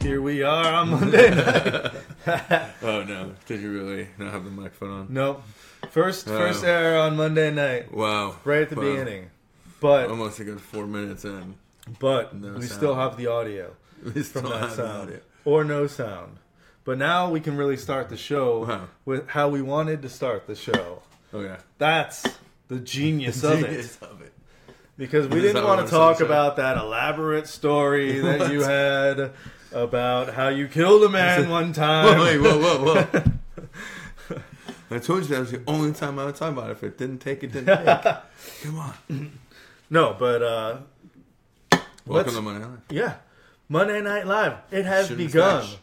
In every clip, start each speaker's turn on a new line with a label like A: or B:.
A: Here we are on Monday night.
B: Oh no! Did you really not have the microphone on?
A: nope. First first
B: Oh.
A: error on Monday night,
B: Wow!
A: right at the
B: Wow.
A: beginning. But
B: Almost a good four minutes in.
A: but
B: No
A: we
B: sound.
A: still have the audio
B: We still
A: from that
B: have the
A: sound
B: audio.
A: or no sound. But now we can really start the show
B: Wow.
A: with how we wanted to start the show.
B: Oh yeah.
A: That's the genius of it
B: Genius of it.
A: because we
B: Is
A: didn't
B: that
A: want to
B: what it
A: talk
B: sounds like?
A: about that elaborate story that you had about how you killed a man one
B: Whoa,
A: time.
B: wait, whoa, whoa, whoa! I told you that was the only time I would talk about it. If it didn't take, it didn't take. Come on.
A: No, but uh
B: Welcome to Money Island.
A: Yeah. Monday Night Live. It has
B: Shouldn't
A: begun.
B: stash.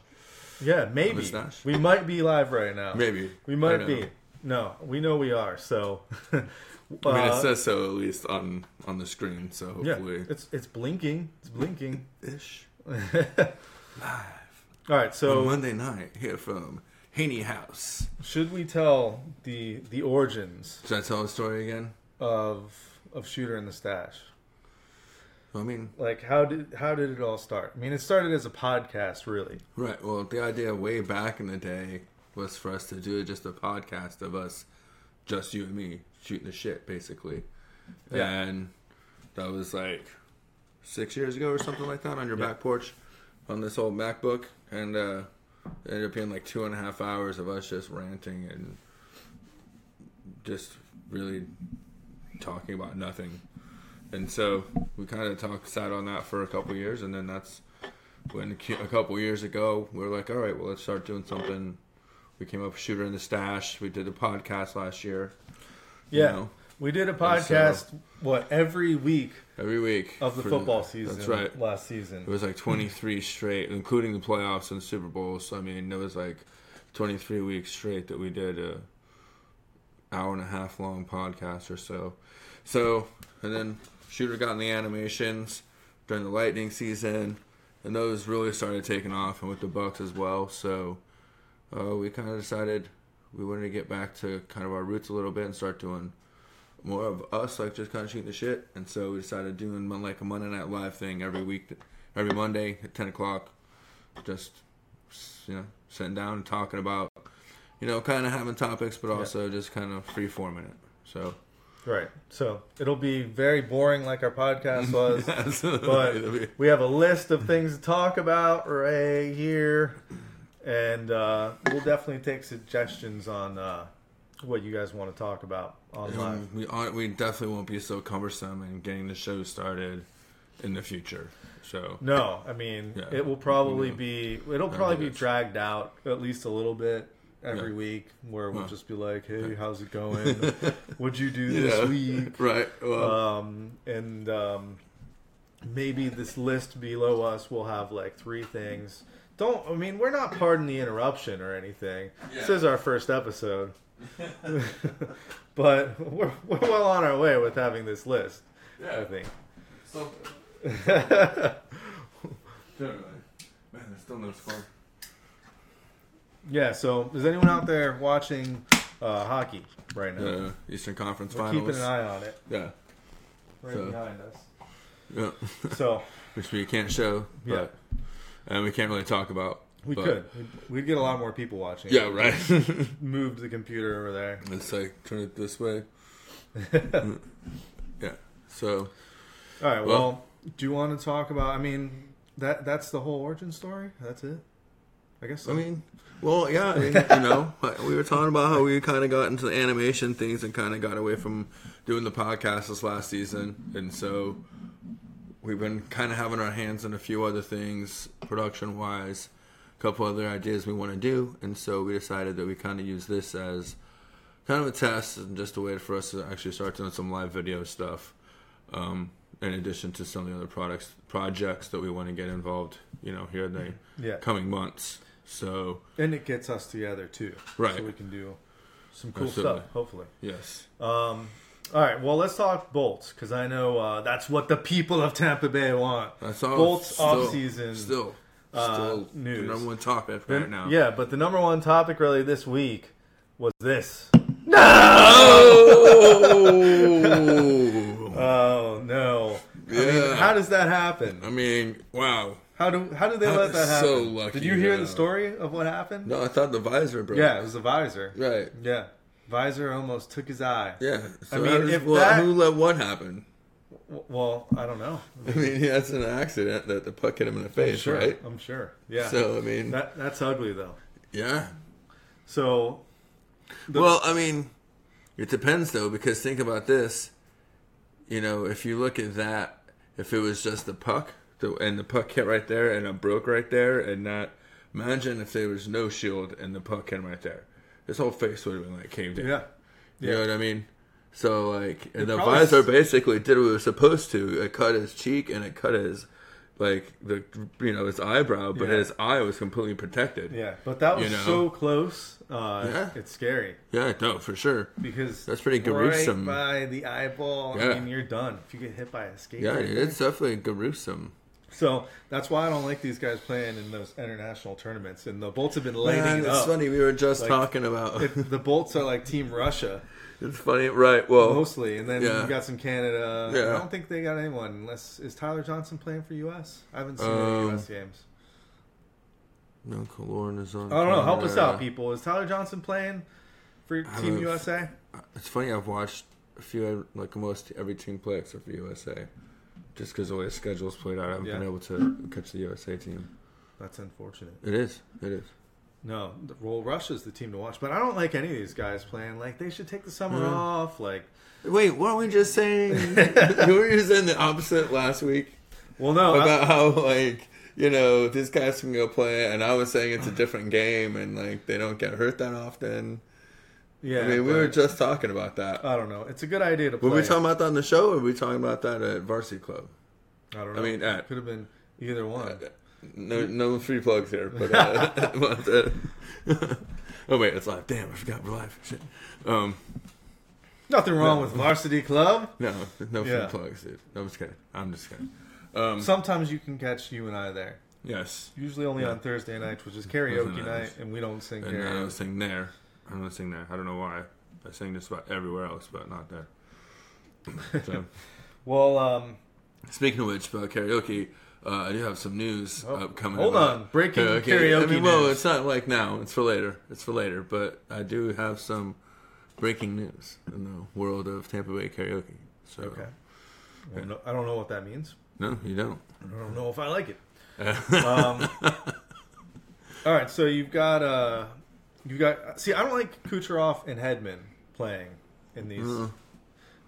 A: Yeah, maybe.
B: stash.
A: We might be live right now.
B: Maybe
A: We
B: I
A: might
B: don't
A: be.
B: know.
A: No, we know we are. So
B: I mean,
A: uh,
B: it says so at least on on the screen. So
A: yeah,
B: hopefully,
A: it's it's blinking. It's blinking.
B: ish.
A: All right,
B: On
A: so
B: Monday night here from Haney House.
A: should we tell the the origins
B: Should I tell the story again?
A: of of Shooter and the Stash?
B: I mean,
A: Like how did how did it all start? I mean, it started as a podcast, really.
B: Right. Well, the idea way back in the day was for us to do just a podcast of us, just you and me, shooting the shit, basically.
A: Yeah.
B: And that was like six years ago or something like that on your back porch on this old MacBook. And uh, it ended up being like two and a half hours of us just ranting and just really talking about nothing. And so we kind of talked, sat on that for a couple years, and then that's when a cu- a couple years ago we were like, all right, well, let's start doing something. We came up with Shooter in the Stash. We did a podcast last year. you
A: Yeah.
B: know,
A: We did a podcast what every week
B: every week
A: of the
B: for
A: football season
B: That's right.
A: last season.
B: It was like 23 straight, including the playoffs and Super Bowl. So I mean, it was like 23 weeks straight that we did a hour and a half long podcast or so. So and then Shooter got in the animations during the Lightning season, and those really started taking off, and with the Bucks as well. So uh, we kind of decided we wanted to get back to kind of our roots a little bit and start doing more of us, like just kind of shooting the shit. And so we decided doing mon- like a Monday Night Live thing every week, every Monday at 10 o'clock, just you know sitting down and talking about, you know, kind of having topics, but also just kind of free forming it. So
A: Right. So it'll be very boring like our podcast was.
B: It'll be-
A: but we have a list of things to talk about right here. And uh, we'll definitely take suggestions on uh, what you guys want to talk about on live.
B: we aren't, we definitely won't be so cumbersome in getting the show started in the future. So
A: No, I mean
B: Yeah.
A: it will probably
B: Yeah.
A: be it'll probably be
B: it's-
A: dragged out at least a little bit every
B: Yeah.
A: week where we'll
B: Huh.
A: just be like, Hey, how's it going? What'd you do this
B: Yeah.
A: week?
B: right, well,
A: um, and um, maybe this list below us will have like three things. Don't I mean we're not pardon the interruption or anything. This
B: Yeah.
A: is our first episode, but we're, we're well on our way with having this list. I think.
B: So, man, there's still no score.
A: yeah. So is anyone out there watching uh, hockey right now?
B: The Eastern Conference
A: we're
B: Finals.
A: keeping an eye on it
B: Yeah,
A: right
B: So-
A: behind us.
B: yeah.
A: So
B: Which we can't show.
A: Yeah.
B: But, and we can't really talk about.
A: we
B: but-
A: could We'd- we'd get a lot more people watching.
B: Yeah, right.
A: Move the computer over there.
B: it's like turn it this way. yeah. So
A: All right. Well,
B: Well-
A: do you want to talk about? I mean, that that's the whole origin story. That's it. I guess. So.
B: I mean, well, yeah, I mean, you know, like, we were talking about how we kind of got into the animation things and kind of got away from doing the podcast this last season, and so we've been kind of having our hands in a few other things, production wise, a couple other ideas we want to do, and so we decided that we kind of use this as kind of a test and just a way for us to actually start doing some live video stuff. Um, in addition to some of the other products projects that we want to get involved, you know, here in the
A: Yeah.
B: coming months. So
A: and it gets us together too,
B: Right.
A: So we can do some cool
B: Absolutely.
A: stuff. Hopefully.
B: yes,
A: Um. All right. Well, let's talk bolts because I know uh, that's what the people of Tampa Bay want.
B: that's all.
A: Bolts
B: still-
A: off-season,
B: still,
A: uh,
B: still
A: news.
B: the number one topic
A: The-
B: right now.
A: Yeah, but the number one topic really this week was this.
B: Oh,
A: Oh no! I mean,
B: Yeah.
A: how does that happen?
B: I mean, wow.
A: How do how did they
B: I
A: let that
B: was
A: happen?
B: so lucky,
A: Did you hear
B: though.
A: the story of what happened?
B: No, I thought the visor broke.
A: Yeah, it was the visor.
B: Right.
A: Yeah, visor almost took his eye.
B: Yeah. So
A: I
B: I
A: mean, if that-
B: who let what happen?
A: W- Well, I don't know.
B: I mean, yeah, that's an accident that the puck hit him in the face,
A: sure,
B: right?
A: I'm sure. Yeah.
B: So I mean,
A: that that's ugly though.
B: yeah.
A: So The-
B: well, I mean, it depends though, because think about this. You know, if you look at that, if it was just the puck, the, and the puck hit right there, and it broke right there, and not imagine if there was no shield and the puck hit right there, his whole face would have been like caved in.
A: yeah,
B: You know what I mean? So like, and the
A: probably
B: visor
A: s-
B: basically did what it was supposed to. It cut his cheek and it cut his, like the you know his eyebrow, but
A: Yeah.
B: his eye was completely protected.
A: yeah. But that was
B: You know.
A: so close. Uh,
B: Yeah.
A: It's scary
B: yeah, no, for sure.
A: because
B: That's pretty
A: Right
B: gruesome.
A: by the eyeball,
B: Yeah.
A: I mean, you're done if you get hit by a skateboard.
B: Yeah, dude, it's definitely gruesome.
A: So that's why I don't like these guys playing in those international tournaments. And the Bolts have been lighting
B: it's
A: up.
B: funny. We were just
A: Like,
B: talking about.
A: It- the Bolts are like Team Russia
B: it's funny, right? Well,
A: mostly, and then
B: yeah.
A: you got some Canada.
B: Yeah.
A: I don't think they got anyone unless is Tyler Johnson playing for U.S. I haven't seen any
B: Um,
A: U.S. games.
B: no, Kaloran is on.
A: I don't know. Help us
B: Canada.
A: out, people. Is Tyler Johnson playing for Team
B: haven't-
A: USA?
B: It's funny. I've watched a few, like almost every team play except for USA, just because the way the schedule's played out. I haven't
A: Yeah.
B: been able to catch the USA team.
A: That's unfortunate.
B: It is. It is.
A: No, the- well, Russia's the team to watch, but I don't like any of these guys playing. Like they should take the summer
B: Yeah.
A: off. Like,
B: Wait, weren't we just saying? were you saying the opposite last week
A: well, no, I-
B: about how like you know these guys can go play, and I was saying it's a different game, and like they don't get hurt that often.
A: yeah,
B: I mean, we were
A: but
B: just talking about that.
A: I don't know. It's a good idea to play.
B: were we talking about that on the show, or were we talking about that at Varsity Club?
A: I don't
B: I
A: know.
B: mean, at-
A: could have been either one.
B: Uh, No, no free plugs here, but uh, but, uh, oh wait, it's live. Damn, I forgot we're live. Shit. Um,
A: Nothing wrong with Varsity Club.
B: no, no free
A: Yeah.
B: plugs, dude. No, I'm just kidding. I'm just kidding. Um,
A: Sometimes you can catch you and I there.
B: yes,
A: Usually only on Thursday nights, which is karaoke
B: Thursday
A: night,
B: nights.
A: and we don't sing
B: and uh, I
A: karaoke.
B: was sing there. I'm not sing there. I don't know why. I sing just about everywhere else, but not there. So,
A: Well, um,
B: speaking of which, about karaoke, uh, I do have some news upcoming.
A: Oh, hold
B: about-
A: on, breaking karaoke.
B: I mean, well,
A: news.
B: it's not like now. It's for later. It's for later. But I do have some breaking news in the world of Tampa Bay karaoke. So
A: okay. Well, no, I don't know what that means.
B: no, you don't.
A: I don't know if I like it. um, all right, so you've got uh, you've got. See, I don't like Kucherov and Hedman playing in these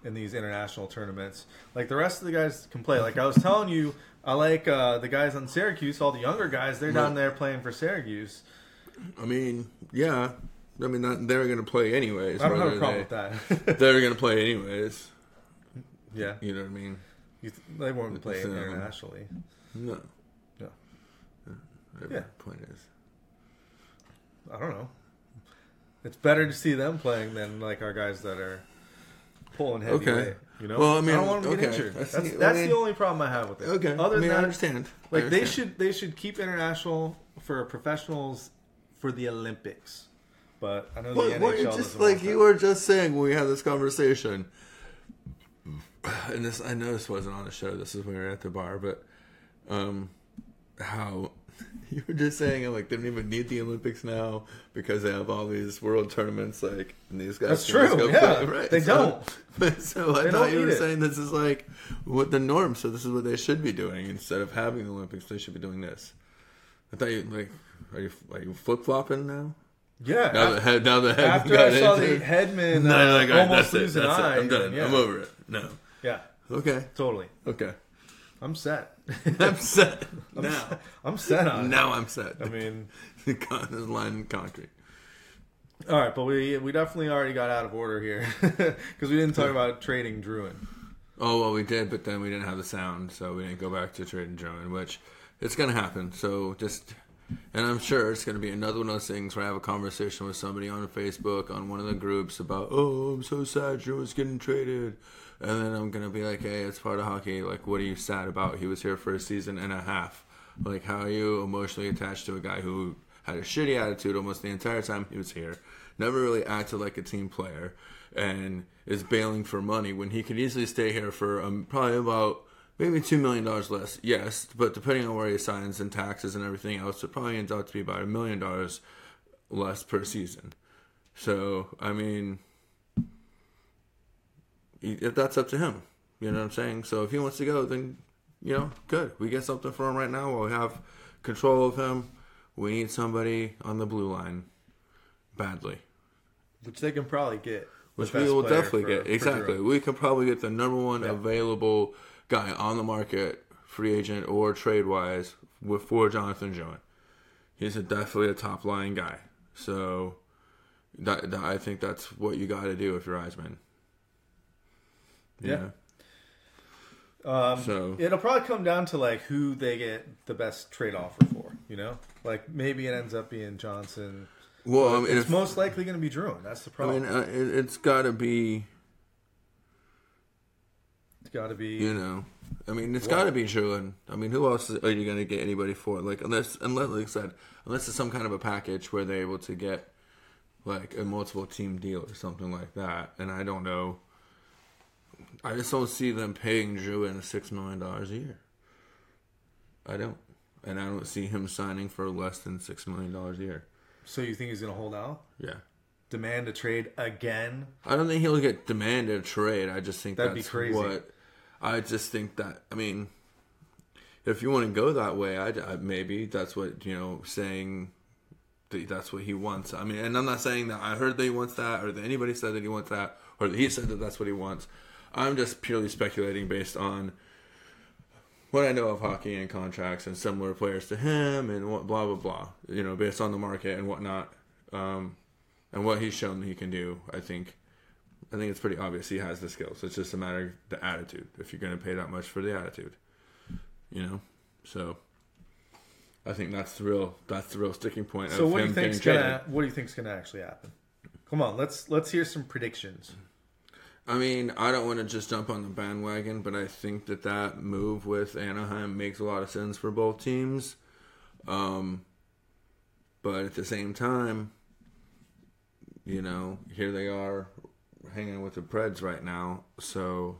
A: in these international tournaments. Like the rest of the guys can play. Like I was telling you, I like uh, the guys on Syracuse. All the younger guys, they're down there playing for Syracuse.
B: I mean, yeah. I mean, not, they're going to play anyways.
A: I don't have
B: whether
A: a problem
B: they-
A: with that.
B: They're going to play anyways.
A: yeah,
B: You know what I mean?
A: you th- they won't play
B: So-
A: internationally.
B: No.
A: Yeah.
B: Whatever
A: Yeah.
B: the point is.
A: I don't know. It's better to see them playing than like our guys that are pulling heavy
B: Okay.
A: weight. You know,
B: Well, I mean,
A: don't want them to get
B: okay.
A: injured.
B: I
A: That's,
B: see.
A: that's
B: I
A: the
B: mean-
A: only problem I have with it.
B: Okay.
A: Other
B: I mean,
A: than
B: I
A: that,
B: understand. I
A: like they
B: understand.
A: should they should keep international for professionals for the Olympics. But I know the
B: What,
A: NHL
B: what you
A: doesn't
B: just
A: want
B: like
A: that.
B: you were just saying when we had this conversation, and this I know this wasn't on the show. This is when we were at the bar, but um, how you were just saying like they don't even need the Olympics now because they have all these world tournaments like and these guys.
A: That's
B: can just
A: true,
B: go
A: yeah.
B: play, right?
A: They
B: so, don't. So I
A: They
B: thought
A: don't
B: you were
A: need it.
B: saying this is like what the norm. So this is what they should be doing instead of having the Olympics. They should be doing this. I thought you like are you are you flip flopping now?
A: yeah.
B: Now the
A: af-
B: head, now the head
A: after
B: got
A: I saw
B: into
A: the
B: it.
A: Headman
B: No,
A: uh,
B: like, all right,
A: almost
B: that's it,
A: lose an
B: that's it.
A: eye,
B: I'm done.
A: Yeah,
B: I'm over it. No.
A: yeah,
B: Okay.
A: totally.
B: Okay.
A: I'm set.
B: I'm set. now.
A: I'm set on. it.
B: Now I'm set.
A: I mean.
B: The con- this line in concrete.
A: All right, but we we definitely already got out of order here because we didn't talk about trading Druin.
B: Oh well, we did, but then we didn't have the sound, so we didn't go back to trading Druin, which it's gonna happen. So just, and I'm sure it's gonna be another one of those things where I have a conversation with somebody on Facebook on one of the groups about, oh, I'm so sad Druin's getting traded, and then I'm gonna be like, hey, it's part of hockey. Like, what are you sad about? He was here for a season and a half. Like, how are you emotionally attached to a guy who had a shitty attitude almost the entire time he was here? never really acted like a team player, and is bailing for money when he could easily stay here for um, probably about Maybe two million dollars less, yes, but depending on where he signs and taxes and everything else, it probably ends out to be about a million dollars less per season. So I mean, he- if that's up to him, you know what I'm saying. So if he wants to go, then you know, good. We get something for him right now. While we have control of him, we need somebody on the blue line badly.
A: which they can probably get. the
B: Which we
A: best
B: will
A: player
B: definitely
A: for-
B: get.
A: for
B: Exactly.
A: Giroud.
B: We can probably get the number one available guy on the market, free agent or trade wise, with for Jonathan Joan. He's a, definitely a top line guy. So that, that- I think that's what you got to do if you're Eisman.
A: Yeah.
B: Um, so
A: It'll probably come down to like who they get the best trade offer for. You know, like maybe it ends up being Johnson.
B: well, I mean,
A: it's
B: if-
A: most likely going to be Drew. That's the
B: I
A: problem.
B: mean, uh, it, it's got to be
A: it's got to be.
B: You know, I mean, it's got to be Jalen. I mean, who else are you going to get anybody for? Like, unless, unless, like I said, unless it's some kind of a package where they're able to get like a multiple team deal or something like that. And I don't know. I just don't see them paying Jalen six million dollars a year. I don't, and I don't see him signing for less than six million dollars a year.
A: So you think he's going to hold out,
B: Yeah.
A: demand a trade again?
B: I don't think he'll get demanded a trade. I just think
A: That'd be
B: that's
A: crazy.
B: what. I just think that. I mean, if you want to go that way, I, I maybe that's what you know saying. That that's what he wants. I mean, and I'm not saying that I heard that he wants that, or that anybody said that he wants that, or that he said that that's what he wants. I'm just purely speculating based on what I know of hockey and contracts and similar players to him and what blah blah blah. You know, based on the market and whatnot, um, and what he's shown that he can do. I think, I think it's pretty obvious he has the skills. It's just a matter of the attitude. If you're going to pay that much for the attitude, you know, so I think that's the real that's the real sticking point.
A: So
B: of
A: what do you
B: him getting
A: think's
B: traded.
A: gonna what do you think's gonna actually happen? Come on, let's let's hear some predictions.
B: I mean, I don't want to just jump on the bandwagon, but I think that that move with Anaheim makes a lot of sense for both teams. Um, but at the same time, you know, here they are hanging with the Preds right now. So,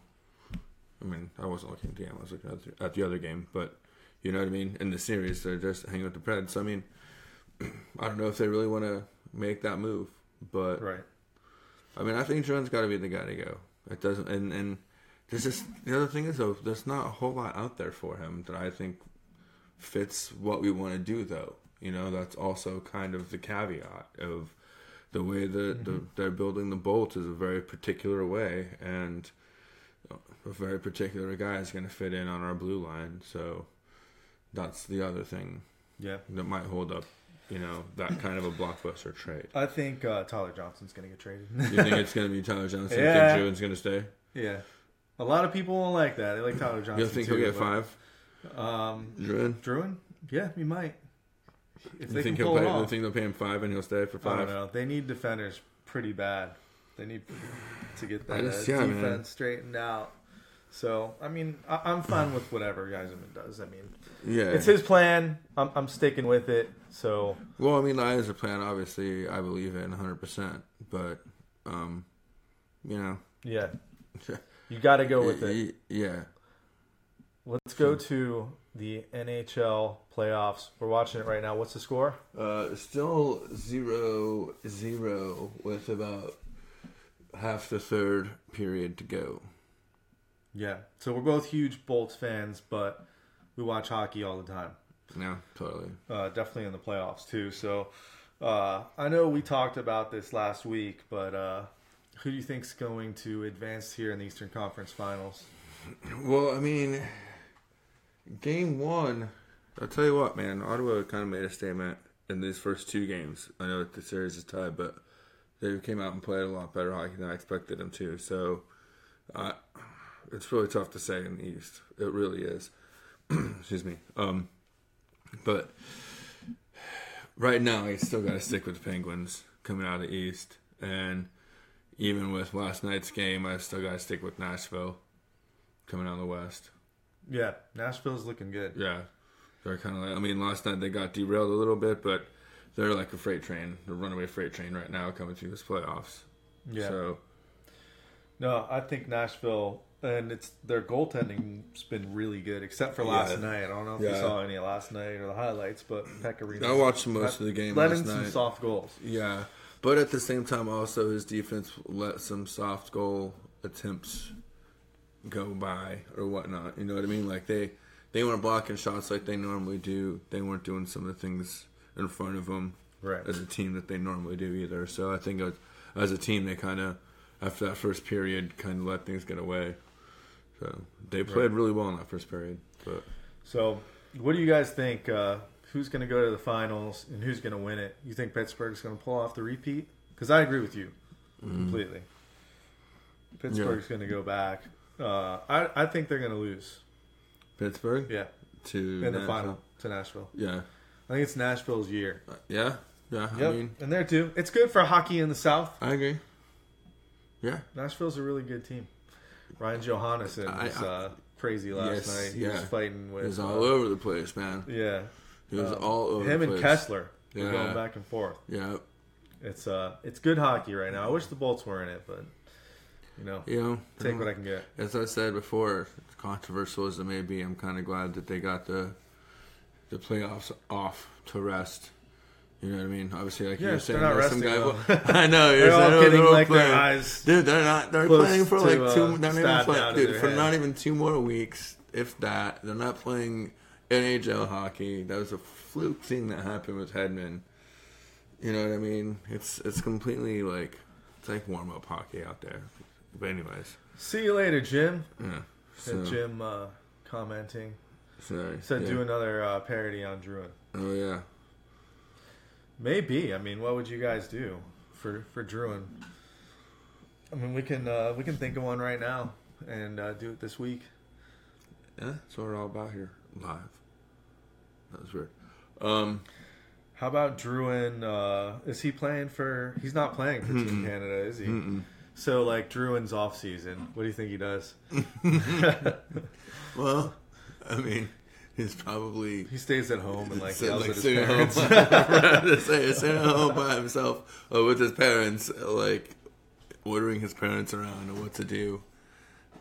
B: I mean, I wasn't looking at the game; I was looking at the, at the other game. But you know what I mean. In the series, they're just hanging with the Preds. So, I mean, I don't know if they really want to make that move, but
A: Right.
B: I mean, I think Jordan's got to be the guy to go. It doesn't, and and there's just the other thing is though, there's not a whole lot out there for him that I think fits what we want to do though. You know, that's also kind of the caveat of the way that the, they're building the bolt is a very particular way, and a very particular guy is going to fit in on our blue line. So that's the other thing
A: Yeah.
B: that might hold up. You know, that kind of a blockbuster trade.
A: I think uh, Tyler Johnson's gonna get traded.
B: You think it's going to be Tyler Johnson?
A: Yeah.
B: You think Jordan's going to stay?
A: yeah. A lot of people won't like that. They like Tyler
B: You
A: Johnson.
B: think
A: too,
B: he'll get
A: but-
B: five?
A: Um,
B: Druin?
A: Druin? Yeah, he might. If they
B: You
A: can
B: think he'll
A: pull it
B: pay? You
A: off.
B: think they'll pay him five and he'll stay for
A: I don't
B: five?
A: know. They need defenders pretty bad. They need to get
B: I
A: that
B: just-
A: uh,
B: yeah, man.
A: defense straightened out. So I mean, I, I'm fine with whatever Geiserman does. I mean,
B: Yeah.
A: it's his plan. I'm, I'm sticking with it. So
B: well, I mean, that is a plan. Obviously, I believe in 100. percent But, um, you know,
A: yeah, you got to go with
B: y-
A: it.
B: y- yeah.
A: Let's go to the NHL playoffs. We're watching it right now. What's the score?
B: Uh, still zero zero with about half the third period to go.
A: Yeah. So we're both huge Bolts fans, but we watch hockey all the time.
B: No, totally.
A: uh, definitely in the playoffs too. So uh, I know we talked about this last week, but uh, who do you think's going to advance here in the Eastern Conference Finals?
B: Well, I mean, game one. I'll tell you what, man. Ottawa kind of made a statement in these first two games. I know that the series is tied, but they came out and played a lot better hockey than I expected them to. So, I it's really tough to say in the East. It really is. Excuse me. Um, but right now, I still got to stick with the Penguins coming out of the East, and even with last night's game, I still got to stick with Nashville coming out of the West.
A: Yeah, Nashville's looking good.
B: Yeah, they're kind of like. I mean, last night they got derailed a little bit, but they're like a freight train, a runaway freight train right now coming through this playoffs.
A: Yeah.
B: So
A: No, I think Nashville and it's their goaltending's been really good, except for last
B: Yeah.
A: night. I don't know if you
B: Yeah.
A: saw any of last night or the highlights, but Pecorino.
B: I watched most of the game
A: Let
B: last
A: in some
B: night.
A: soft goals.
B: Yeah, but at the same time, also his defense let some soft goal attempts go by or whatnot. You know what I mean? Like they they weren't blocking shots like they normally do. They weren't doing some of the things in front of them
A: Right.
B: as a team that they normally do either. So I think as, as a team, they kind of after that first period kind of let things get away. So they played really well in that first period, but.
A: So, what do you guys think? Uh, who's going to go to the finals and who's going to win it? You think Pittsburgh's going to pull off the repeat? Because I agree with you
B: Mm-hmm.
A: completely. Pittsburgh's going to go back. Uh, I, I think they're going to lose.
B: Pittsburgh
A: Yeah,
B: to
A: in the
B: Nashville.
A: final to Nashville.
B: Yeah, Uh,
A: I think it's Nashville's year.
B: yeah, yeah.
A: Yep,
B: I mean,
A: and there too. It's good for hockey in the South.
B: I agree. Yeah,
A: Nashville's a really good team. Ryan Johannesson
B: I-
A: was
B: I-
A: uh, crazy last
B: Yes,
A: night. He was
B: yeah.
A: fighting
B: he
A: with
B: was
A: uh,
B: all over the place, man.
A: yeah
B: He was
A: um,
B: all over
A: him
B: the
A: and
B: place.
A: Kessler. were
B: Yeah.
A: going back and forth.
B: Yeah,
A: It's uh, it's good hockey right now. I wish the Bolts were in it, but you know,
B: you know,
A: take what I can get.
B: as I said before, controversial as it may be, I'm kind of glad that they got the the playoffs off to rest. You know what I mean? Obviously, like you
A: Yeah,
B: were saying,
A: they're not
B: there's some guy.
A: resting,
B: I know you're
A: They're
B: saying,
A: all
B: oh,
A: getting
B: all
A: like
B: playing.
A: their eyes.
B: Dude, they're not. They're
A: Close
B: playing for
A: to,
B: like
A: uh,
B: two. Not even
A: stabbed
B: play,
A: out of
B: dude,
A: their
B: for
A: head.
B: not even two more weeks, if that. They're not playing NHL hockey. That was a fluke thing that happened with Hedman. You know what I mean? It's it's completely like it's like warm up hockey out there. But anyways,
A: See you later, Jim.
B: yeah.
A: Said Jim uh, commenting.
B: so,
A: Said
B: yeah.
A: do another uh, parody on Druin.
B: Oh yeah.
A: Maybe. I mean, what would you guys do for for Druin? I mean, we can uh, we can think of one right now and uh, do it this week.
B: Yeah, that's what we're all about here. Live. That was weird. Um,
A: How about Druin? Uh, is he playing for? He's not playing for Team Canada, is he? So like Druin's off season. What do you think he does?
B: well, I mean, he's probably
A: He stays at home and like
B: sit,
A: yells
B: like,
A: at his
B: sitting at
A: parents.
B: home. I'm to say, sitting at home by himself or with his parents, like ordering his parents around on what to do,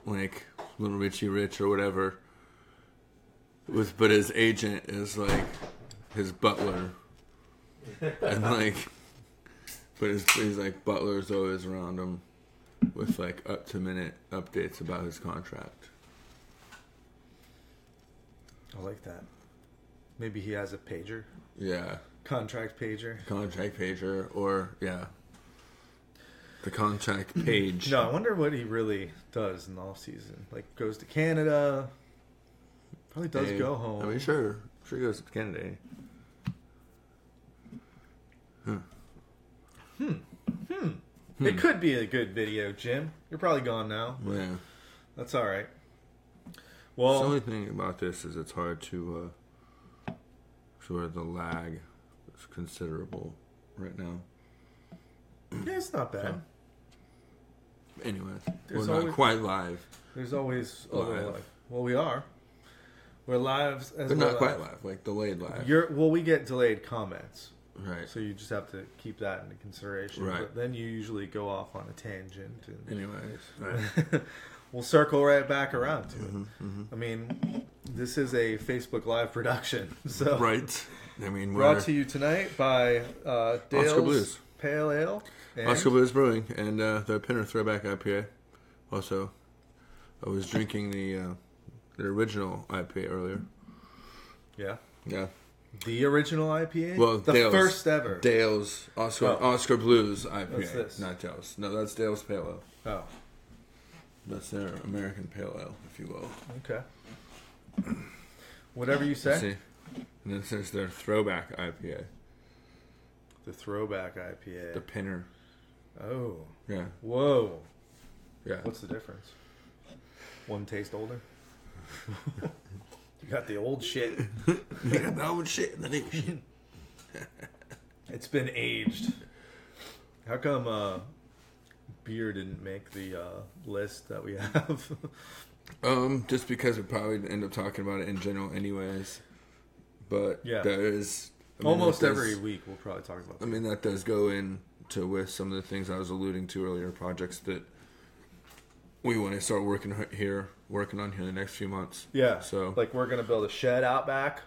B: like little Richie Rich or whatever. With but his agent is like his butler, and like, but his, he's like butler's always around him with like up to minute updates about his contract.
A: I like that. Maybe he has a pager,
B: Yeah.
A: contract pager.
B: contract pager or yeah the contract page
A: No, I wonder what he really does in the off season. Like goes to Canada. Probably does
B: Hey,
A: go home.
B: i mean sure sure he goes to canada
A: It
B: Hmm.
A: could be a good video, Jim. You're probably gone now.
B: yeah
A: That's all right.
B: the
A: Well,
B: only thing about this is it's hard to uh sort of the lag is considerable right now
A: yeah, it's not bad.
B: anyway
A: There's
B: we're
A: always-
B: not quite live
A: There's always other
B: Live.
A: life. Well, we are. We're lives as
B: but
A: we're
B: not quite
A: live.
B: live like delayed live
A: You're well. We get delayed comments.
B: right
A: So you just have to keep that into consideration.
B: Right.
A: But then you usually go off on a tangent, and
B: anyways right.
A: we'll circle right back around to
B: Mm-hmm.
A: it. I mean, this is a Facebook Live production, so
B: right i mean we're
A: brought to you tonight by uh, Dale's
B: Blues.
A: Pale Ale. And
B: Oscar Blues Brewing and uh, the Pinner Throwback IPA. Also, I was drinking the uh, the original IPA earlier.
A: Yeah,
B: Yeah,
A: the original IPA.
B: Well,
A: the
B: Dale's-
A: first ever.
B: Dale's Oscar
A: Oh.
B: Oscar Blues IPA.
A: What's this?
B: Not Dale's. No, that's Dale's Pale Ale.
A: oh,
B: That's their American Pale Ale, if you will.
A: okay. Whatever you
B: Let's
A: say.
B: See, and this is their Throwback IPA,
A: The throwback
B: the
A: IPA.
B: Pinner.
A: oh,
B: Yeah,
A: whoa.
B: yeah.
A: What's the difference? One taste older. you got the old shit.
B: They got the old shit and the new shit.
A: It's been aged. How come uh, beer didn't make the uh, list that we have?
B: Um, just because we probably end up talking about it in general, anyways. But
A: Yeah.
B: there is I mean,
A: Almost
B: that does-
A: every week we'll probably talk about.
B: I
A: That.
B: mean, that does go in to with some of the things I was alluding to earlier, projects that we want to start working h- here, working on here in the next few months.
A: Yeah.
B: So-
A: like we're gonna build a shed out back.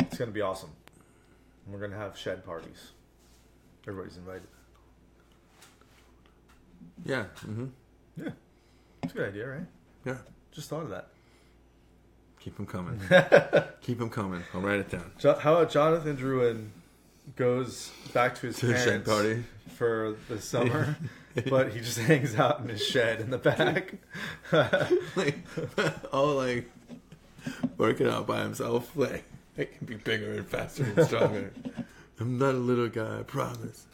A: It's gonna be awesome. And We're gonna have shed parties. Everybody's invited.
B: Yeah. hmm
A: Yeah. It's a good idea, right?
B: Yeah.
A: Just thought of that.
B: Keep them coming. Keep them coming. I'll write it down.
A: Jo- How about Jonathan Druin goes back to his
B: To the
A: parents
B: shed party.
A: for the summer, but he just hangs out in his shed in the back.
B: like, all like working out by himself. Like, I can be bigger and faster and stronger. I'm not a little guy, I promise.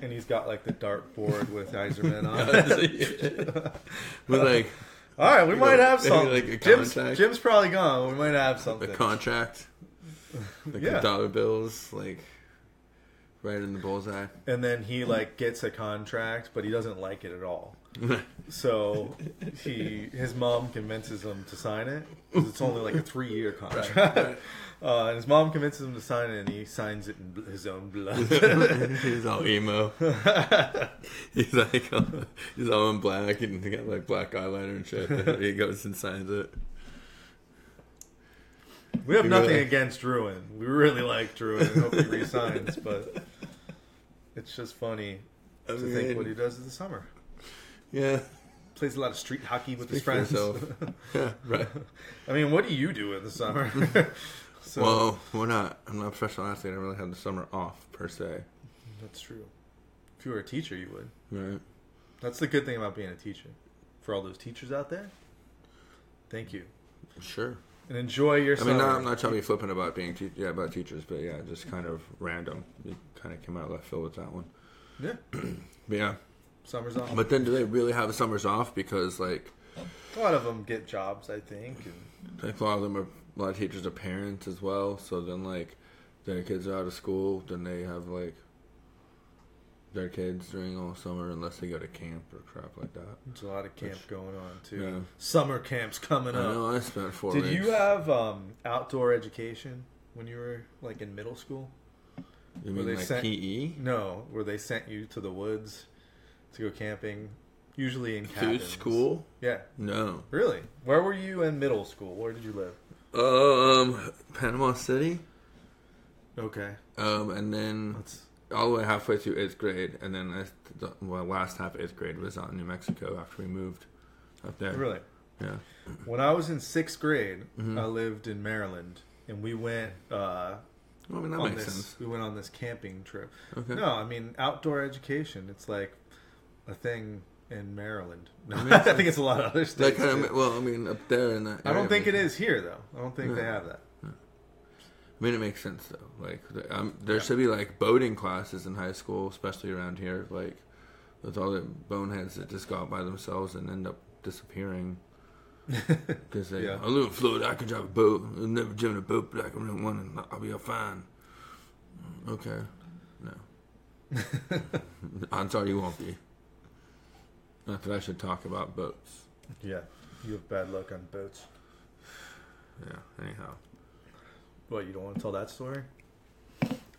A: and he's got like the dartboard with Iserman on it.
B: but like
A: All right, we might have
B: Maybe
A: something.
B: like a
A: Jim's,
B: contact.
A: Jim's probably gone. We might have
B: the
A: something.
B: contract, like
A: Yeah.
B: the dollar bills, like right in the bullseye.
A: and then he like gets a contract, but he doesn't like it at all. So he his mom convinces him to sign it. 'cause It's only like a three year contract. Uh, and his mom convinces him to sign it, and he signs it in bl- his own blood.
B: he's all emo. he's like, uh, he's all in black and he got like black eyeliner and shit. he goes and signs it.
A: we have
B: You
A: nothing
B: really-
A: against Druin. We really like Druin and hope he resigns, but it's just funny
B: I
A: to think
B: mean,
A: what he does in the summer.
B: yeah,
A: Plays a lot of street hockey with his
B: Speak for
A: friends.
B: yourself. yeah, right.
A: I mean, what do you do in the summer? so
B: well, we're not. I'm not a professional athlete. I don't really have the summer off per se.
A: that's true. If you were a teacher, you would.
B: Right.
A: That's the good thing about being a teacher. For all those teachers out there, thank you
B: Sure.
A: and enjoy your
B: I
A: summer.
B: mean, not, I'm not trying to be flippant about being te- yeah about teachers, but yeah, just kind of random. You kind of came out of left field with that one.
A: Yeah,
B: But yeah.
A: summer's off.
B: But then, do they really have summers off? Because like,
A: a lot of them get jobs, I think. And
B: like a lot of them are a lot of teachers are parents as well. So then, like, their kids are out of school. Then they have like their kids during all summer, unless they go to camp or crap like that.
A: there's a lot of camp going on too.
B: Yeah.
A: Summer camps coming
B: I
A: up.
B: know I spent four.
A: uh, Did
B: weeks.
A: you have um, outdoor education when you were like in middle school? were
B: You mean
A: they
B: like E?
A: sent-
B: PE?
A: No, where they sent you to the woods to go camping, usually in
B: Through
A: cabins.
B: school?
A: Yeah,
B: No.
A: really. Where were you in middle school? Where did you live?
B: Um, Panama City.
A: Okay,
B: Um, and then
A: that's
B: all the way halfway through eighth grade, and then I, the well, last half of eighth grade was out in New Mexico after we moved up there.
A: really.
B: Yeah.
A: When I was in sixth grade,
B: Mm-hmm.
A: I lived in Maryland, and we went uh,
B: Well, I mean that
A: on
B: makes
A: this.
B: sense.
A: We went on this camping trip.
B: Okay.
A: No, I mean outdoor education. It's like a thing in Maryland. No,
B: makes
A: I think it's a lot of other
B: That
A: states.
B: kind of,
A: too.
B: well, I mean up there in that.
A: I don't
B: area
A: think it
B: makes-
A: is here though. I don't think they
B: No.
A: have that.
B: I mean it makes sense though. Like the- um, there should be like boating classes in high school, especially around here. Like with all the boneheads that just go out by themselves and end up disappearing. Because they,
A: Yeah.
B: I live in Florida, I can drive a boat. I've never driven a boat, but I can rent one and I'll be all fine. Okay. No. I'm sorry you won't be. Not that I should talk about boats.
A: Yeah, you have bad luck on boats.
B: Yeah, anyhow.
A: What you don't want to tell that story?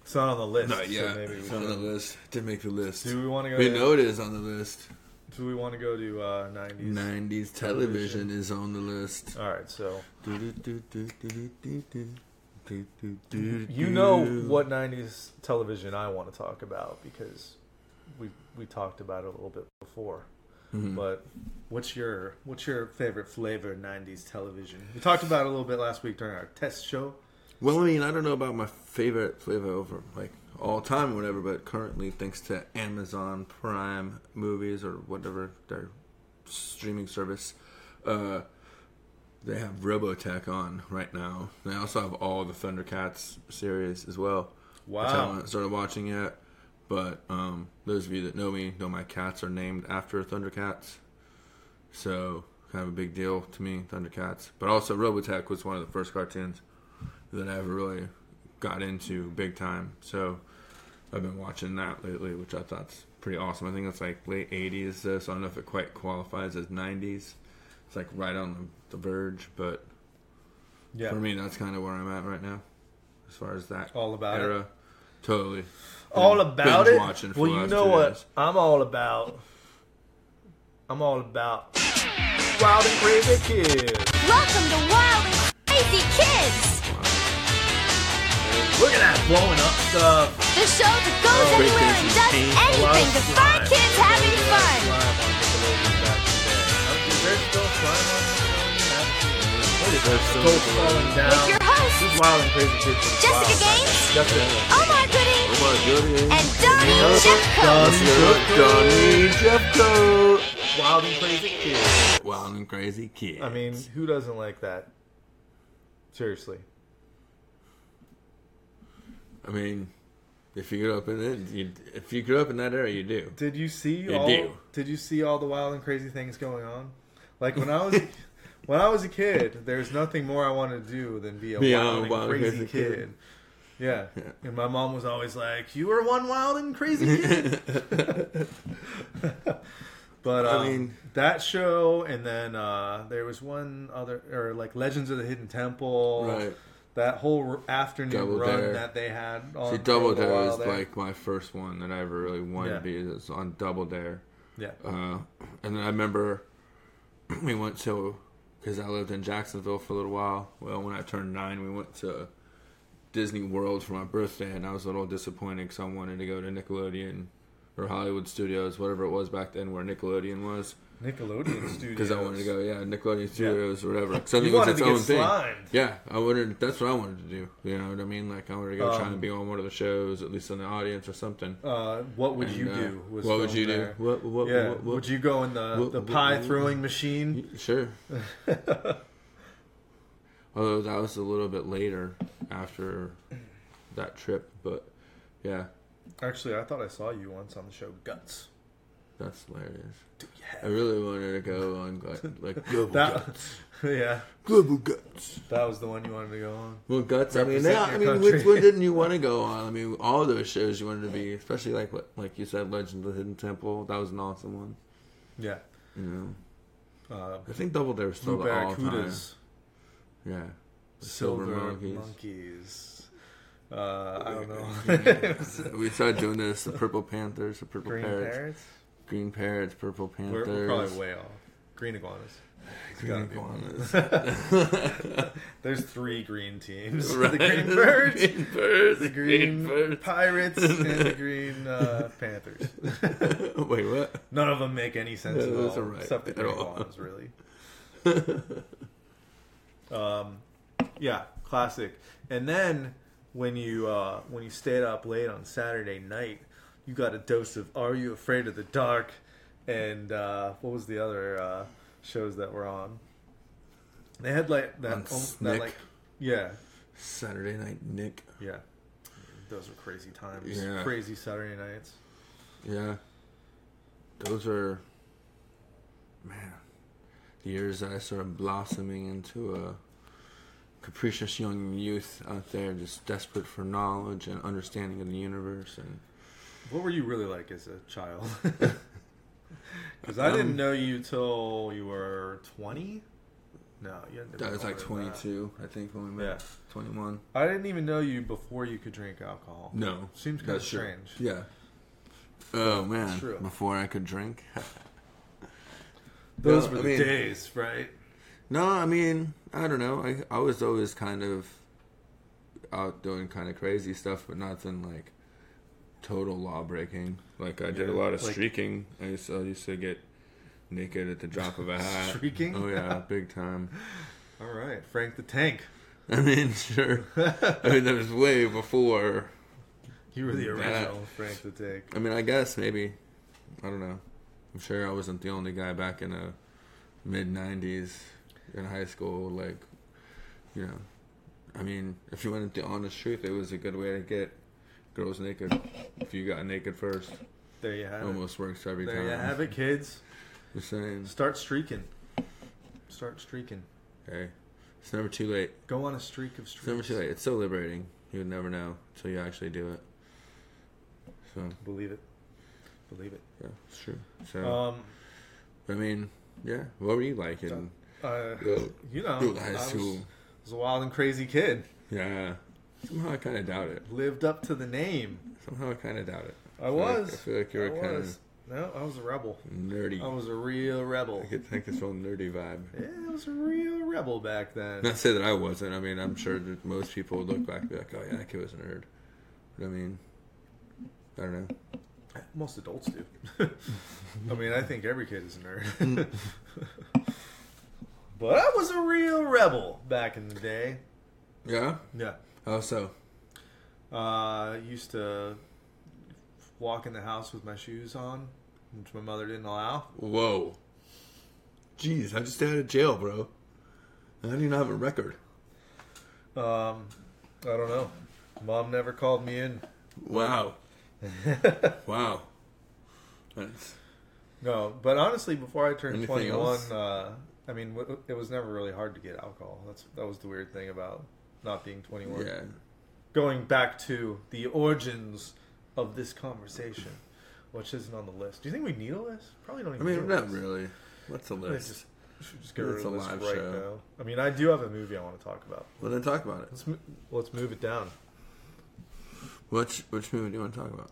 A: It's not on the list.
B: Not yet.
A: So maybe we
B: it's on the
A: should-
B: list. Didn't make the list.
A: do we want to go?
B: We
A: to,
B: know it is on the list.
A: Do we want to go to uh, 90s?
B: 90s television is on the list.
A: All right, so
B: You
A: You know what '90s television I want to talk about because we we talked about it a little bit before.
B: Mm-hmm. Mm.
A: But what's your what's your favorite flavor of '90s television? We talked about it a little bit last week during our test show.
B: Well, I mean, I don't know about my favorite flavor over like all time or whatever, but currently, thanks to Amazon Prime movies or whatever their streaming service, uh, they have Robotech on right now. They also have all the Thundercats series as well. which I haven't started watching yet. But um, those of you that know me know my cats are named after Thundercats, so kind of a big deal to me, Thundercats. But also, Robotech was one of the first cartoons that I ever really got into big time. So I've been watching that lately, which I thought's pretty awesome. I think it's like late '80s, though, so I don't know if it quite qualifies as '90s. It's like right on the, the verge, but
A: Yeah,
B: for me, that's kind of where I'm at right now, as far as that
A: All about it?
B: era. Totally.
A: all
B: Been
A: about
B: binge watching
A: it.
B: for
A: Well,
B: the
A: you
B: last
A: know
B: two
A: what
B: days.
A: I'm all about. I'm all about wild and crazy kids.
C: Welcome to Wild and Crazy Kids,
A: Look at that blowing up stuff.
C: the show that goes
B: Great
C: anywhere and
B: things
C: does
B: you've seen.
C: anything to find kids having fun. With your hosts,
A: Wild and crazy kids.
C: Jessica Gaines,
A: Jessica.
C: Omar Gooding,
B: Come on, Jody.
C: and Donnie Jeffcoat.
B: Donnie Jeffco.
A: Wild and crazy kids.
B: Wild and crazy kid.
A: I mean, who doesn't like that? Seriously.
B: I mean, if you grew up in it, you, if you grew up in that era, you do.
A: Did you see
B: You
A: all?
B: do.
A: Did you see all the wild and crazy things going on? Like when I was when I was a kid, there's nothing more I wanted to do than be a
B: Be a
A: wild, and crazy, kid. Yeah. and my mom was always like, "You were one wild and crazy kid." but
B: I
A: um,
B: mean-
A: that show, and then uh, there was one other, or like Legends of the Hidden Temple,
B: Right.
A: That whole r- afternoon
B: Double
A: run
B: Dare.
A: that they had on
B: See, Double
A: for a
B: Dare
A: while
B: was
A: there.
B: like my first one that I ever really wanted
A: Yeah.
B: to be. It's on Double Dare.
A: yeah,
B: Uh, and then I remember we went to, because I lived in Jacksonville for a little while. Well, when I turned nine, we went to Disney World for my birthday, and I was a little disappointed because I wanted to go to Nickelodeon or Hollywood Studios, whatever it was back then where Nickelodeon was.
A: Nickelodeon Studios.
B: Because I wanted to go, yeah, Nickelodeon Studios or whatever. 'Cause I think
A: You
B: it was
A: wanted
B: its
A: to get
B: own thing.
A: slimed.
B: Yeah, I wanted. That's what I wanted to do. You know what I mean? Like I wanted to go try
A: Um,
B: and be on one of the shows, at least in the audience or something.
A: Uh, what would you
B: And, uh,
A: do? was
B: what would you
A: filmed there.
B: do? What, what,
A: yeah,
B: what, what-
A: would you go in the,
B: what-
A: the
B: what-
A: pie
B: what-
A: throwing machine?
B: Sure. Although that was a little bit later after that trip, but yeah,
A: Actually, I thought I saw you once on the show Guts.
B: that's hilarious.
A: Yeah.
B: I really wanted to go on like, like global
A: That,
B: Oh, guts,
A: yeah,
B: global guts.
A: that was the one you wanted to go on.
B: Well, guts. I mean,
A: Represent
B: yeah,
A: your
B: I mean,
A: country.
B: which one didn't you want to go on? I mean, all those shows you wanted to be, especially like what, like you said, Legend of the Hidden Temple. That was an awesome one.
A: Yeah,
B: You know,
A: uh,
B: I think Double Dare was still
A: blue
B: the all time.
A: barracudas,
B: Yeah, the
A: silver,
B: Silver, Monkeys.
A: monkeys. Uh, I don't know.
B: Yeah. we started doing this. The Purple Panthers, the Purple
A: Green
B: Parrots,
A: parrots.
B: Green Parrots, Purple
A: We're,
B: Panthers,
A: we're probably way off. Green iguanas.
B: Green
A: gotta be one.
B: Iguanas.
A: There's three green teams: the
B: Right.
A: green birds,
B: Green Birds,
A: the green,
B: Green
A: pirates and the green uh, panthers.
B: Birds. Wait, what?
A: None of them make any sense
B: Yeah,
A: at
B: those
A: all,
B: are right
A: except the
B: at
A: green
B: all.
A: ones, really. um, yeah, classic. And then when you uh, when you stayed up late on Saturday night, you got a dose of "Are You Afraid of the Dark?" and uh, what was the other uh, shows that were on? They had like that,
B: On
A: almost, that
B: Snick.
A: like yeah,
B: Saturday Night Nick.
A: Yeah. Those were crazy times.
B: Yeah.
A: Crazy Saturday nights.
B: Yeah. Those are, man, the years that I started blossoming into a capricious young youth out there, just desperate for knowledge and understanding of the universe. And
A: What were you really like as a child? Because I
B: Um,
A: didn't know you till you were 20? No, you had to be
B: I was like
A: older than
B: 22, I think, when we met.
A: Yeah.
B: 21.
A: that. I didn't even know you before you could drink alcohol.
B: No.
A: Seems kind of
B: that's true.
A: strange.
B: Yeah. Oh, man.
A: true.
B: Before I could drink.
A: Those
B: No,
A: were
B: I
A: the
B: mean-
A: days, right?
B: No, I mean, I don't know. I I was always kind of out doing kind of crazy stuff, but nothing like total law breaking. Like I did a
A: Yeah,
B: lot of
A: like-
B: streaking. I used, to, I used to get naked at the drop of a hat.
A: Streaking?
B: Oh yeah, big time.
A: All right. Frank the Tank.
B: I mean, sure. I mean, that was way before.
A: You were the
B: That-
A: original Frank the Tank.
B: I mean, I guess maybe. I don't know. I'm sure I wasn't the only guy back in the mid '90s in high school. Like, you know, I mean, if you went to honest truth, it was a good way to get girls naked. If you got naked first,
A: There you have it.
B: almost works every
A: There
B: time.
A: you have it, kids.
B: The same.
A: Start streaking. Start streaking.
B: Hey, it's never too late.
A: Go on a streak of streaks.
B: It's never too late. It's so liberating. You would never know until you actually do it. So
A: Believe it. Believe it.
B: yeah, it's true. So
A: Um,
B: I mean, yeah. What were you like in
A: uh, you know,
B: Dude,
A: I
B: high
A: was,
B: school?
A: was a wild and crazy kid.
B: Yeah. Somehow I kind of doubt it.
A: Lived up to the name.
B: Somehow I kind of doubt it.
A: I
B: feel like-
A: was.
B: I feel like you were
A: I
B: kind of.
A: was. No, I was a rebel.
B: Nerdy.
A: I was a real rebel.
B: I get like this whole nerdy vibe.
A: Yeah, I was a real rebel back then.
B: Not to say that I wasn't. I mean, I'm sure that most people would look back and be like, "Oh yeah, that kid was a nerd." But I mean, I don't know.
A: Most adults do. I mean, I think every kid is a nerd.
B: Mm.
A: but I was a real rebel back in the day.
B: Yeah.
A: Yeah.
B: How so?
A: Uh, I used to walk in the house with my shoes on, which my mother didn't allow.
B: Whoa. Jeez, I just out of jail, bro. I don't even have a record.
A: Um, I don't know. Mom never called me in.
B: Wow. wow. That's
A: No, but honestly, before I turned
B: Anything
A: twenty one,
B: else?
A: uh, I mean, w- it was never really hard to get alcohol. That's that was the weird thing about not being twenty one.
B: yeah.
A: Going back to the origins of this conversation, which isn't on the list. Do you think we need a list? Probably don't.
B: I
A: Even need
B: mean,
A: a
B: not
A: list.
B: really. What's the
A: I mean,
B: list?
A: just- we should just get rid
B: It's
A: of the
B: a
A: list
B: live
A: right
B: show.
A: now. I mean, I do have a movie I want to talk about.
B: Well, then talk about it.
A: Let's mo- let's move it down.
B: Which which movie do you want to talk about?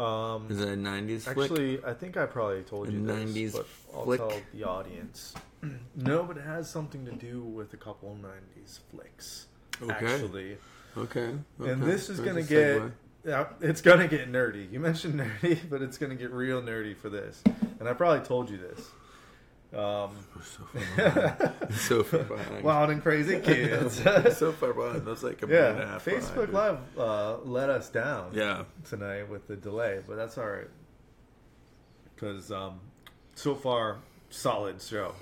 A: Um,
B: Is it a '90s flick?
A: Actually, I think I probably told
B: A
A: you this,
B: 90s
A: but I'll
B: flick?
A: tell the audience. no, but it has something to do with a couple '90s flicks.
B: Okay.
A: Actually,
B: Okay.
A: and
B: okay.
A: this is
B: There's
A: gonna
B: a
A: get
B: segue.
A: yeah, it's gonna get nerdy. You mentioned nerdy, but it's gonna get real nerdy for this. And I probably told you this. Um,
B: We're so far behind. so far behind.
A: wild and crazy kids.
B: so far behind. That's like a minute and a
A: uh, yeah,
B: half.
A: Facebook
B: behind.
A: Live uh, let us down.
B: Yeah.
A: tonight with the delay, but that's all right. Because um, so far, solid show.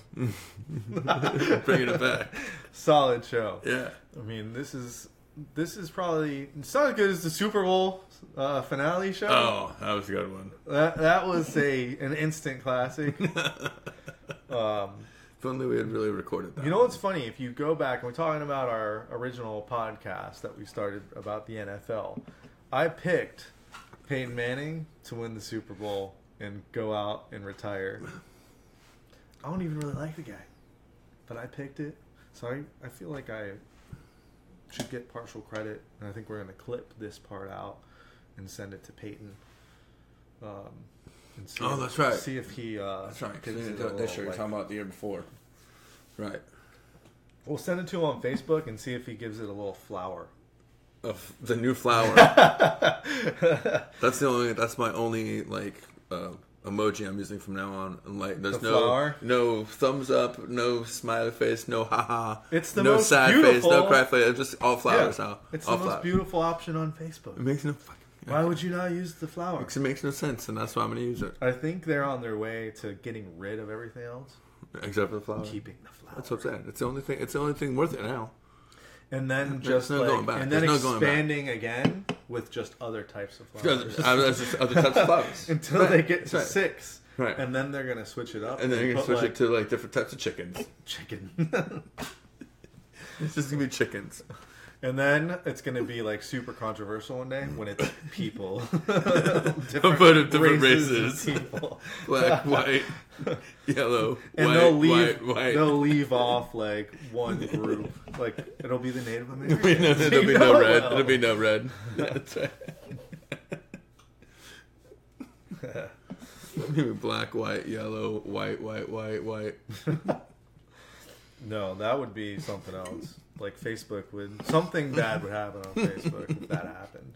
B: Bringing it back.
A: Solid show.
B: Yeah.
A: I mean, this is this is probably it's not as good as the Super Bowl uh, finale show.
B: Oh, that was a good one.
A: That that was a an instant classic. um,
B: If only we had really recorded that.
A: you know what's funny? If you go back, and we're talking about our original podcast that we started about the NFL. I picked Peyton Manning to win the Super Bowl and go out and retire. I don't even really like the guy, but I picked it, so I, I feel like I should get partial credit. And I think we're gonna clip this part out and send it to Peyton. Um, and see
B: Oh,
A: if-
B: that's right.
A: See if he. Uh,
B: That's right. 'cause
A: gives
B: they
A: it a
B: did that
A: little,
B: this year. You're
A: like-
B: talking about the year before. Right.
A: We'll send it to him on Facebook and see if he gives it a little flower.
B: Of the new flower. that's the only. That's my only like uh, emoji I'm using from now on. And, Like, there's
A: The
B: no
A: flower?
B: no thumbs up, no smiley face, no haha.
A: It's the
B: no
A: most
B: sad
A: beautiful-
B: face, no cry face. It's just all flowers now.
A: It's the
B: all
A: most
B: flowers.
A: beautiful option on
B: It
A: Facebook.
B: makes no fucking.
A: Why would you not use the flower?
B: It makes no sense, and that's why I'm gonna use it.
A: I think they're on their way to getting rid of everything else,
B: Except for the flower.
A: keeping the flower.
B: That's what I'm saying. It's the only thing. It's the only thing worth it now.
A: and then just
B: no
A: like,
B: going back.
A: and then
B: There's no going back.
A: expanding again with just other types of flowers
B: I was just other types of flowers.
A: until
B: Right,
A: they get to
B: right.
A: six,
B: Right.
A: and then they're gonna switch it up,
B: And then you're gonna
A: put,
B: switch
A: like,
B: it to like different types of chickens.
A: chicken,
B: It's just gonna be chickens.
A: and then it's gonna be like super controversial one day when it's people,
B: A bunch of different races.
A: of people.
B: Black, white, yellow,
A: and
B: white,
A: they'll leave.
B: white, white.
A: They'll leave off like one group. Like it'll be the Native
B: I mean, no,
A: Americans.
B: there'll be
A: You
B: no
A: know
B: red.
A: well.
B: There'll be no red. That's right. Maybe black, white, yellow, white, white, white, white.
A: No, that would be something else. Like Facebook would something bad would happen on Facebook if that happened.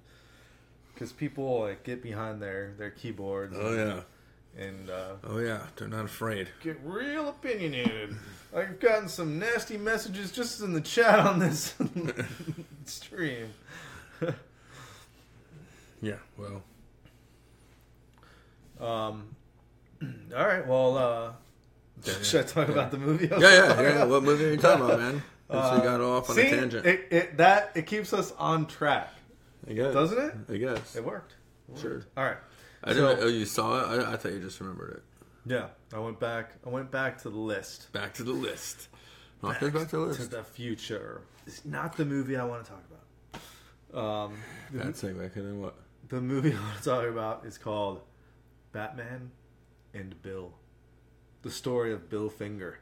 A: Because people like get behind their their keyboards
B: Oh yeah.
A: and uh,
B: Oh yeah. They're not afraid.
A: get real opinionated. I've gotten some nasty messages just in the chat on this stream.
B: Yeah. Well.
A: Um, all right, well, uh, should I talk about the movie? I was
B: Yeah, yeah,
A: talking
B: yeah.
A: about?
B: What movie are you talking about, man? Since we
A: Uh,
B: got off on
A: See,
B: a tangent.
A: It, it that it keeps us on track,
B: I guess.
A: doesn't it?
B: I guess.
A: It worked. It
B: Sure.
A: worked. All right.
B: I
A: So-
B: didn't. oh, you saw it? I, I thought you just remembered it.
A: Yeah, I went back. I went back to the list.
B: Back to the list. Not back, back to the
A: To
B: list.
A: the future. It's not the movie I want to talk about. Um, the,
B: Bad segue. And then what?
A: the movie I want to talk about is called Batman and Bill. The story of Bill Finger.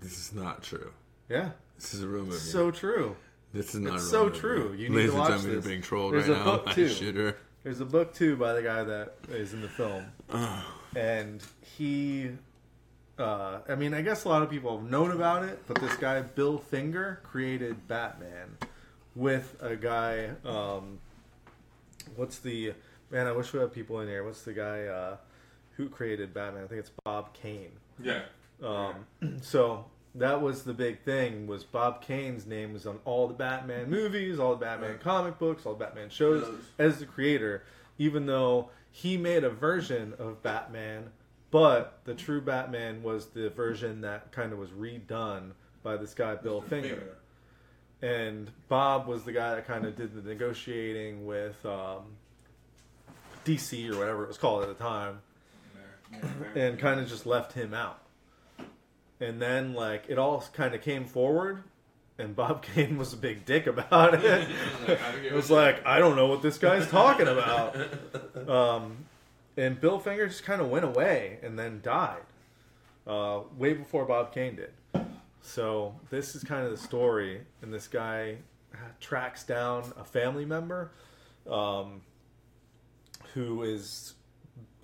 B: This is not true.
A: Yeah,
B: This is a real movie.
A: so true.
B: this is not.
A: it's
B: a real
A: so
B: movie.
A: true. You need
B: Ladies
A: to watch
B: and gentlemen,
A: this.
B: you're being trolled
A: There's
B: right
A: a
B: now
A: book,
B: by
A: too.
B: a shooter.
A: There's a book too by the guy that is in the film, and he, uh, I mean, I guess a lot of people have known about it, but this guy Bill Finger created Batman with a guy. Um, what's the man? I wish we had people in here. What's the guy uh, who created Batman? I think it's Bob Kane.
B: Yeah.
A: Um, so that was the big thing was Bob Kane's name was on all the Batman movies, all the Batman
B: Right.
A: comic books, all the Batman shows
B: Shows.
A: as the creator, even though he made a version of Batman, but the true Batman was the version that kind of was redone by this guy Bill Finger and Bob was the guy that kind of did the negotiating with um, DC or whatever it was called at the time, and kind of just left him out. And then like it all kind of came forward, and Bob Kane was a big dick about it. it was like I don't know what this guy's talking about. Um, and Bill Finger just kind of went away and then died, uh, way before Bob Kane did. So this is kind of the story, and this guy tracks down a family member, um, who is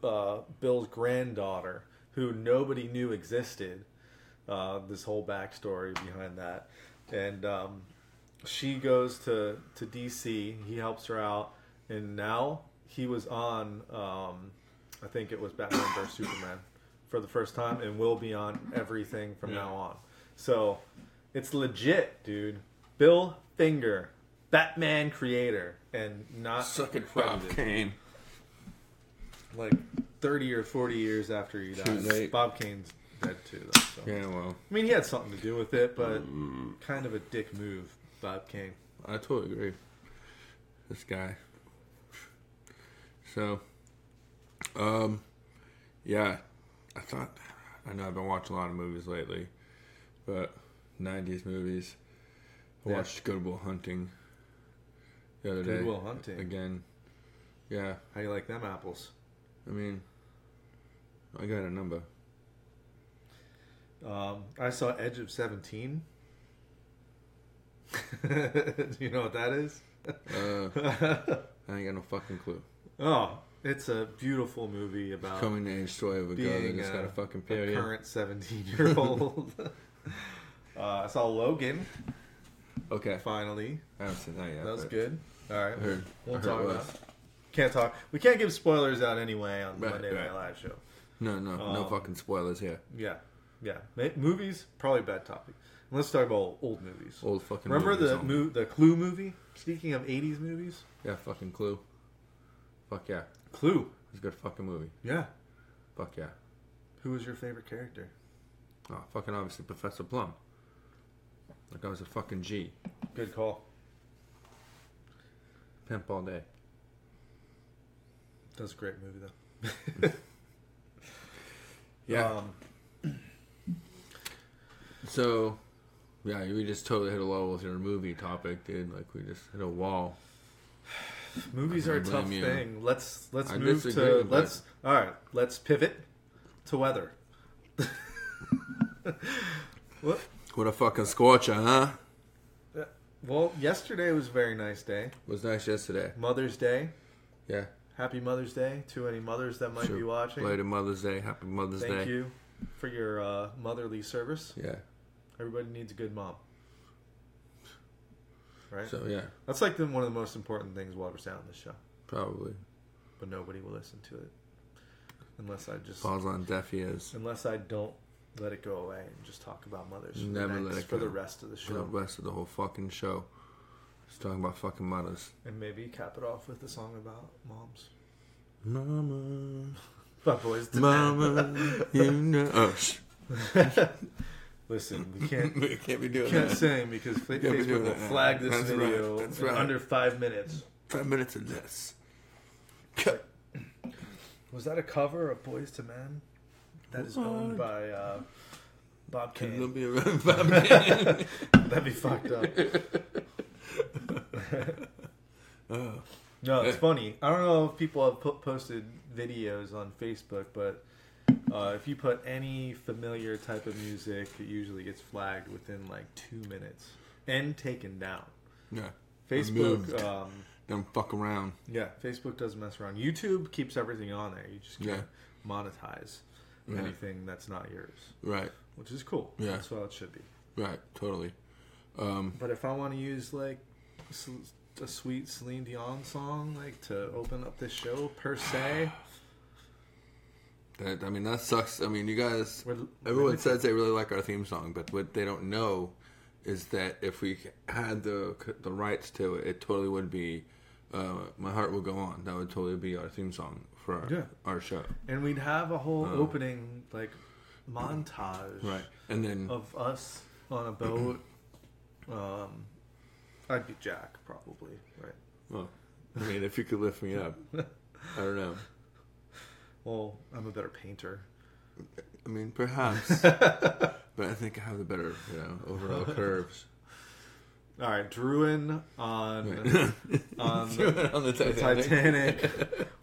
A: uh, Bill's granddaughter, who nobody knew existed. Uh, this whole backstory behind that, and um, she goes to to DC. He helps her out, and now he was on. Um, I think it was Batman vs Superman for the first time, and will be on everything from
B: Yeah.
A: now on. So it's legit, dude. Bill Finger, Batman creator, and not
B: Suck it, Bob
A: credited.
B: Kane.
A: Like thirty or forty years after he
B: Too late.
A: died, Bob Kane's dead too. Though, so.
B: Yeah, Mm. well,
A: I mean, he had something to do with it, but kind of a dick move, Bob Kane.
B: I totally agree. This guy. So, um, yeah, I thought I know I've been watching a lot of movies lately, but '90s movies. I
A: Yeah.
B: watched Good Will Hunting the other
A: Good
B: day.
A: Will Hunting.
B: again. Yeah,
A: How you like them apples?
B: I mean, I got a number.
A: Um, I saw Edge of Seventeen. do you know what that is?
B: Uh, I ain't got no fucking clue.
A: oh, it's a beautiful movie about
B: Coming to age story of a girl that
A: Uh, being
B: just got
A: uh,
B: a fucking
A: a
B: period.
A: current 17 year old. uh, I saw Logan
B: Okay,
A: finally.
B: I haven't seen that yet.
A: That was
B: but
A: good. All right,
B: I heard.
A: we'll
B: I heard
A: talk
B: it
A: about.
B: was.
A: Can't talk. We can't give spoilers out anyway on the
B: Right,
A: Monday Night
B: right.
A: Live show.
B: No, no, no
A: Um,
B: fucking spoilers here.
A: Yeah, yeah. Ma- movies probably a bad topic. Let's talk about old movies.
B: Old fucking.
A: Remember
B: movies
A: the
B: only.
A: mo- the Clue movie? Speaking of 80s movies,
B: Yeah, fucking Clue. Fuck yeah,
A: Clue.
B: it's a good fucking movie.
A: Yeah.
B: Fuck yeah.
A: Who was your favorite character?
B: Oh, fucking obviously Professor Plum. Like I was a fucking G.
A: Good call.
B: Pimp all day.
A: That was a great movie though.
B: Yeah.
A: Um,
B: so, yeah, we just totally hit a wall with your movie topic, dude. Like we just hit a wall.
A: movies are a
B: blame
A: tough
B: you.
A: thing. Let's let's
B: I
A: move
B: disagree,
A: to
B: but-
A: let's all right. Let's pivot to weather. what?
B: What a fucking scorcher, huh?
A: Well, yesterday was a very nice day.
B: Was nice yesterday.
A: Mother's Day.
B: Yeah.
A: Happy Mother's Day to any mothers that might
B: Sure.
A: be watching.
B: Later Mother's Day. Happy Mother's
A: Thank
B: Day.
A: you for your uh, motherly service.
B: Yeah.
A: Everybody needs a good mom. Right?
B: So yeah,
A: That's like the, one of the most important things we'll ever say on this show.
B: probably
A: But nobody will listen to it. Unless I just
B: falls on deaf ears.
A: unless I don't let it go away and just talk about mothers for,
B: Never
A: the,
B: let
A: next-
B: it
A: for
B: go.
A: the rest of the
B: For the
A: show.
B: rest of the whole fucking show, just talking about fucking mothers.
A: And maybe cap it off with a song about moms.
B: Mama,
A: My boys to
B: mama, you know. Oh, sh-
A: Listen, we can't
B: we can't be doing
A: can't
B: that.
A: sing because fa-
B: Yeah, we
A: Facebook
B: do
A: will
B: that now.
A: flag this
B: That's right,
A: video
B: that's
A: in
B: right.
A: under five minutes.
B: Five minutes or less.
A: Was that a cover of Boys to Men? That is owned by uh, Bob Kane.
B: Columbia River.
A: That'd be fucked up.
B: oh,
A: No, it's funny. I don't know if people have po- posted videos on Facebook, but uh, if you put any familiar type of music, it usually gets flagged within like two minutes and taken down.
B: yeah.
A: Facebook
B: Removed.
A: um,
B: don't fuck around.
A: Yeah, Facebook doesn't mess around. YouTube keeps everything on there. You just can't
B: Yeah.
A: monetize
B: Yeah.
A: anything that's not yours,
B: Right,
A: which is cool.
B: Yeah.
A: That's how it should be.
B: right, totally.
A: But if I want to use like s- a sweet Celine Dion song, like to open up this show per se,
B: That I mean, that sucks. I mean, you guys.
A: We're-
B: everyone says they really like our theme song, but what they don't know is that if we had the the rights to it, it totally would be. Uh, My heart will go on. That would totally be our theme song for our,
A: Yeah.
B: our show.
A: and we'd have a whole
B: Uh-huh.
A: opening like montage,
B: and then
A: of us on a boat. um, I'd be Jack probably, right?
B: well, I mean, if you could lift me up, I don't know.
A: Well, I'm a better painter.
B: I mean, perhaps, but I think I have the better, you know, overall curves.
A: All right, Druin on on the
B: on the Titanic,
A: Titanic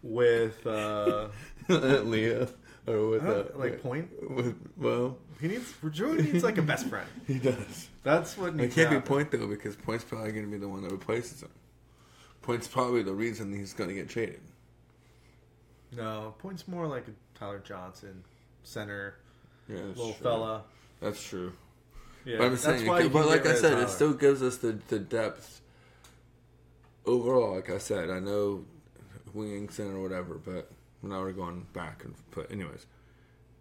A: with uh,
B: Leah, or with
A: I don't-
B: uh,
A: like point.
B: with, well,
A: He needs Druin needs like a best friend.
B: he does.
A: That's what
B: It
A: needs. to
B: can't be
A: happen.
B: Point though, because Point's probably going to be the one that replaces him. Point's probably the reason he's going to get traded.
A: No, point's more like a Tyler Johnson, center,
B: Yeah, that's
A: little
B: true.
A: fella.
B: That's true.
A: Yeah,
B: But I'm
A: that's
B: saying,
A: why. you
B: but
A: can
B: like
A: get
B: I
A: rid of
B: said, it
A: Tyler.
B: still gives us the, the depth overall. Like I said, I know wings in or whatever, but now we're going back and but anyways,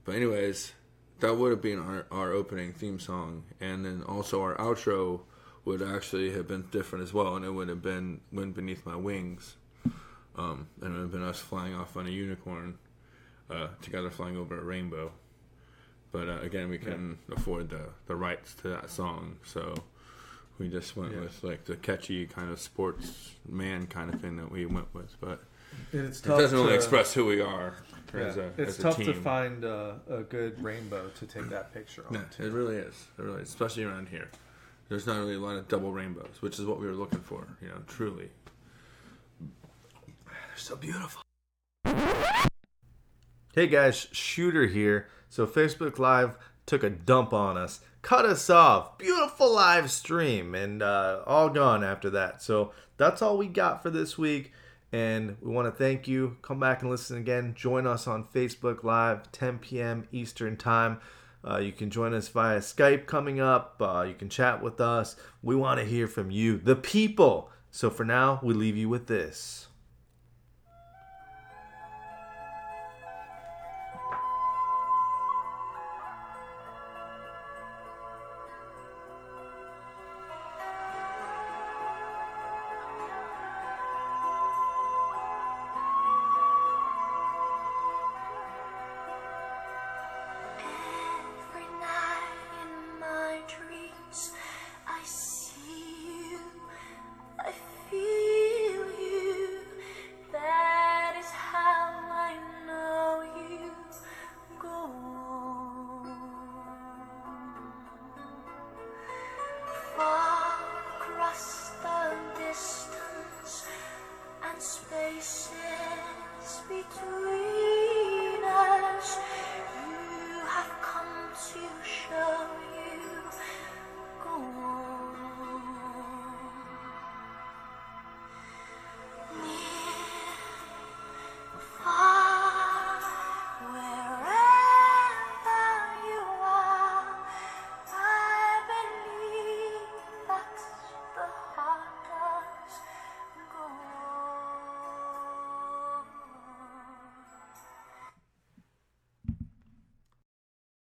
B: but anyways, that would have been our, our opening theme song, and then also our outro would actually have been different as well, and it would have been "Wind Beneath My Wings," um, and it would have been us flying off on a unicorn uh, together, flying over a rainbow. But uh, again, we couldn't afford the, the rights to that song, so we just went
A: Yeah.
B: with like the catchy kind of sports man kind of thing that we went with. But
A: And it's
B: it
A: tough
B: doesn't really
A: to-
B: express who we are
A: yeah,
B: as a,
A: it's
B: as a
A: tough
B: team.
A: to find uh, a good rainbow to take that picture on.
B: Yeah, it really is. It really is, especially around here. There's not really a lot of double rainbows, which is what we were looking for. You know, truly. They're so beautiful.
A: Hey guys, Shooter here. So Facebook Live took a dump on us, cut us off. Beautiful live stream, and uh, all gone after that. So that's all we got for this week. And we want to thank you. Come back and listen again. Join us on Facebook Live, 10 p.m. Eastern Time. Uh, you can join us via Skype coming up. Uh, you can chat with us. We want to hear from you, the people. So for now, we leave you with this.